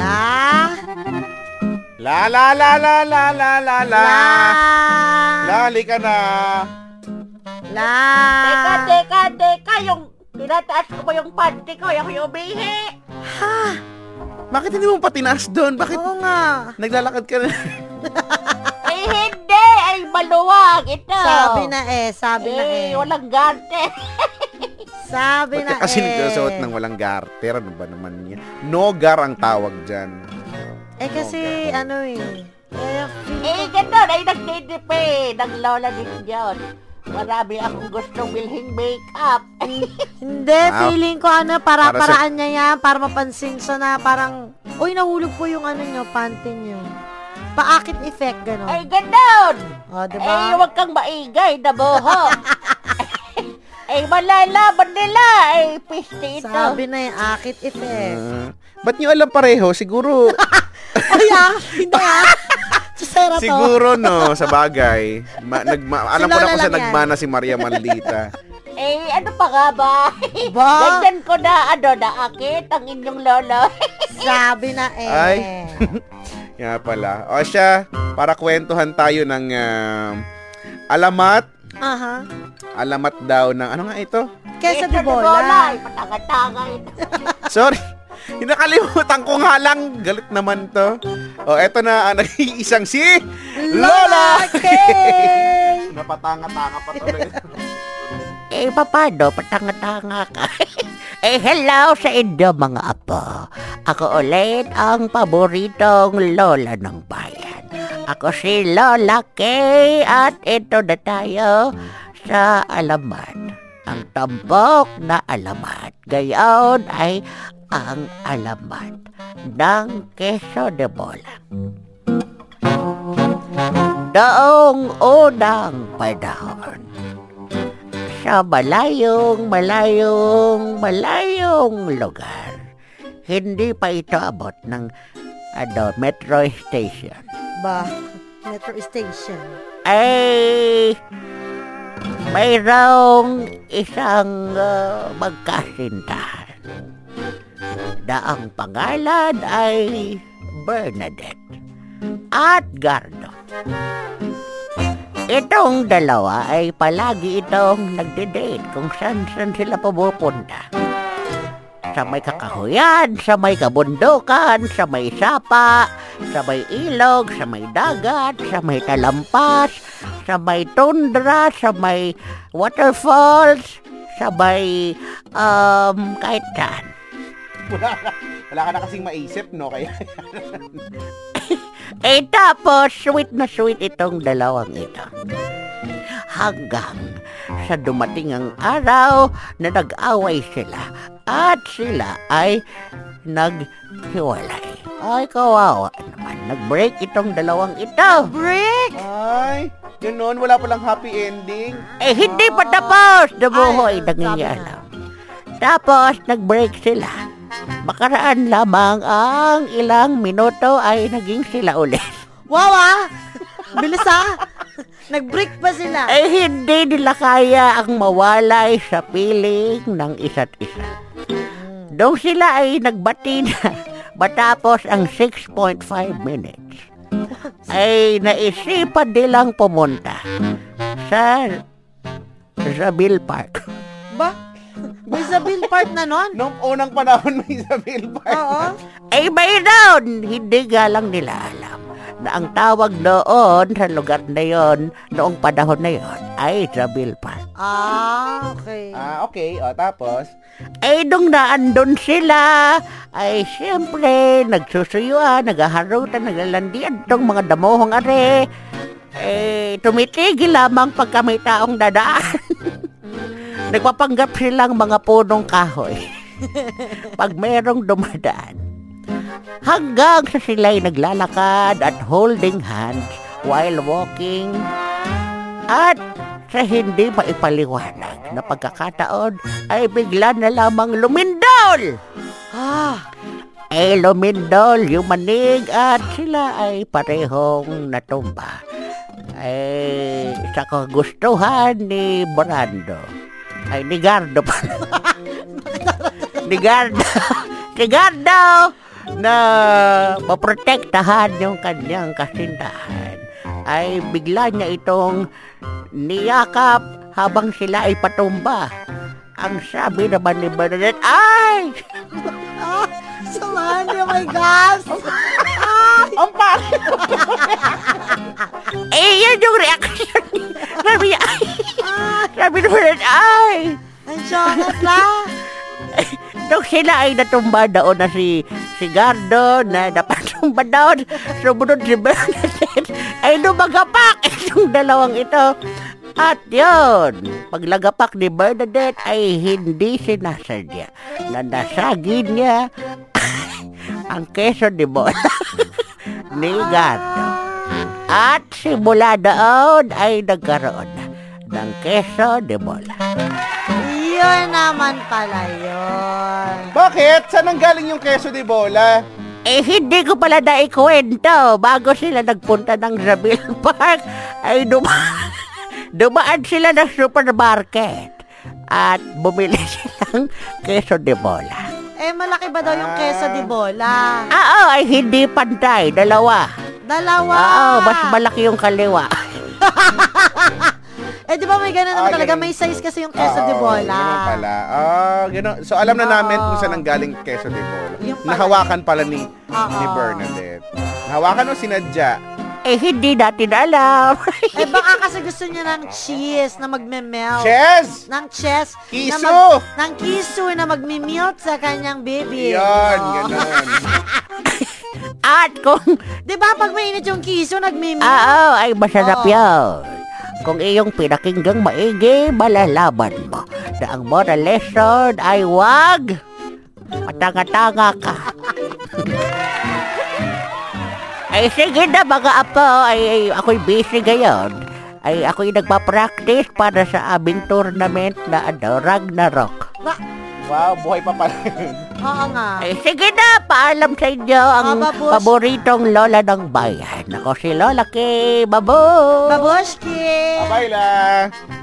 Ah, La la la la la la la la. La. Lali ka na. La. Teka, Ah. teka, teka. Yung tinataas ko ba yung panty ko? Yung yung umihi. Ha? Bakit hindi mo patinaas doon? Bakit Oo nga. naglalakad ka na? Ay, Eh, hindi. Ay, maluwag. Ito. Sabi na eh, sabi na eh. Eh, walang gante. Sabi Ba't na ka kasi eh. nagsusuot ng walang garter? Ano ba naman yan? Nogar ang tawag dyan. Eh kasi ano eh. Eh, Eh, ganun. Ay, nagtitipi ng lola din yun. Marami akong gustong bilhin make-up. Mm. Hindi, Ah. feeling ko ano, Para para, sa- paraan niya yan, para mapansin siya na parang, uy, nahulog po yung ano niyo, panty niyo. Paakit effect, gano'n. Ay, ganun. O, diba? Eh, huwag kang maingay na buho. Ay, malalaban nila. Ay, piste ito. Sabi na yung akit effect. Ah, ba't nyo alam pareho? Siguro, Ay, ah, hindi ah. Susera to. siguro no, sa bagay. Ma, nagma, alam ko na kung Lola saan lang yan. nagmana si Maria Maldita. Eh, ano pa nga ba? Ba? Ganyan ko na, ano, naakit ang inyong lolo. Sabi na eh. Ay. Nga pala. O siya, para kwentuhan tayo ng ah, alamat. Aha. Alamat daw ng, ano nga ito? Kesa Ito di ni bola. Ay, patanga-tanga ito. Sorry. Nakalimutan ko nga lang. Galit naman to. O, eto na ang nag-iisang si Lola! Kay! Napatanga-tanga pa tuloy. Eh, paano? Patanga-tanga ka. eh, hello sa inyo mga apo. Ako ulit ang paboritong lola ng bayan. Ako si Lola Kay at ito na tayo sa alamat. Ang tambok na alamat. Gayon ay ang alamat ng keso de bola. Noong unang panahon, sa malayong, malayong, malayong lugar. Hindi pa ito abot ng ano, metro station. Ba? Metro Station. Ay, mayroong isang ah, magkasintahan na ang pangalan ay Bernadette at Gardo. Itong dalawa ay palagi itong nagde-date kung saan-saan sila pumupunta. Sa may kakahuyan, sa may kabundukan, sa may sapa, sa may ilog, sa may dagat, sa may talampas, sa may tundra, sa may waterfalls, sa may um, kahit saan. wala, ka- wala ka na kasing maisip, no? Kaya, Eh tapos, sweet na sweet itong dalawang ito. Hanggang sa dumating ang araw na nag-away sila at sila ay naghiwalay. Ay, kawawa naman. Nag-break itong dalawang ito. Brick! ay, ganun, wala palang happy ending. Eh, hindi pa tapos. Nabuho Ay, ay nangyayalaw. Tapos, nag-break sila. Makaraan lamang ang ilang minuto ay naging sila ulit. Wow ah! Bilis ah! Nag-break pa Eh. sila. ay Eh, hindi nila kaya ang mawalay sa piling ng isa't isa. Doon sila ay nagbati na matapos ang 6.5 minutes. Ay naisipan nilang pumunta sa Zabil Park. Ba? May Isabel part na nun? Noong unang panahon may Isabel Oo. Park. Ay mayroon! Hindi nga lang nila alam na ang tawag doon sa lugar na yon noong panahon na yon ay Zabil Park. Ah, okay. Ah, okay. O, tapos? Ay, nung naandun sila, ay siyempre, nagsusuyuan, naghaharutan, naglalandian tong mga damuhong are. Eh, tumitigil lamang pagka may taong dadaan. Nagpapanggap silang mga punong kahoy. Pag merong dumadaan. Hanggang sa sila'y naglalakad at holding hands while walking at sa hindi maipaliwanag na pagkakataon ay bigla na lamang lumindol. Ah, Ay lumindol, yumanig at sila ay parehong natumba. Ay sa kagustuhan ni Brando. Ay ni Gardo pala. ni Gardo. ni Gardo na maprotektahan yung kanyang kasintahan ay bigla niya itong niyakap habang sila ay patumba. Ang sabi naman ni Bernadette, ay! Ah, samahan niyo, my gosh! Ang pangit! eh, yan yung reaction niya. Sabi niya, ay! Sabi ni Bernadette, ay! Ang syongat na! Nung sila ay natumba daon na si si Gardo na napatumba daon, sumunod si Bernadette ay lumagapak itong dalawang ito. At yun, paglagapak ni Bernadette ay hindi sinasadya na nasagin niya ang keso ni Bola ni Gardo. At simula daon ay nagkaroon ng keso de bola. Yun naman pala yun. Bakit? Saan ang galing yung keso de bola? Eh, hindi ko pala naikwento. Bago sila nagpunta ng Zabil Park, ay duma- dumaan sila ng supermarket. At bumili silang keso de bola. Eh, malaki ba daw yung keso di bola? Oo, ay hindi pantay. Dalawa. Dalawa! Oo, mas Ah. malaki yung kaliwa. Eh, di ba may ganun Ah, naman talaga? ganun. May size kasi yung keso di Oo, bola. Ganun pala. Ah, ganun. So, alam na namin Oo. kung saan ang galing keso de bola. Yung pala. Nahawakan pala ni, Oo. ni Bernadette. Nahawakan o sinadya? Eh, hindi natin alam. Eh, baka kasi gusto niya ng cheese na magme-melt. Chess! Ng chess. Kiso! Na mag, ng kiso na magme-melt sa kanyang baby. Yan, Oo. ganun. At kung Oh. Di ba pag mainit yung kiso, nagme-melt? Oo, Ah, oh, ay masarap Oo. yun. Kung iyong pinakinggang maigi, malalaman mo na ang moral lesson ay wag matanga-tanga ka. ay sige na mga apo, ay, ay ako'y busy ngayon. Ay ako'y nagpa-practice para sa aming tournament na ano, Ragnarok. Ba- wow, buhay pa pala. yun. Oo nga. Ay sige na, paalam sa inyo ang Ah, babush. paboritong lola ng bayan. Ako si Lola K. Babush! Babushki! Bye la!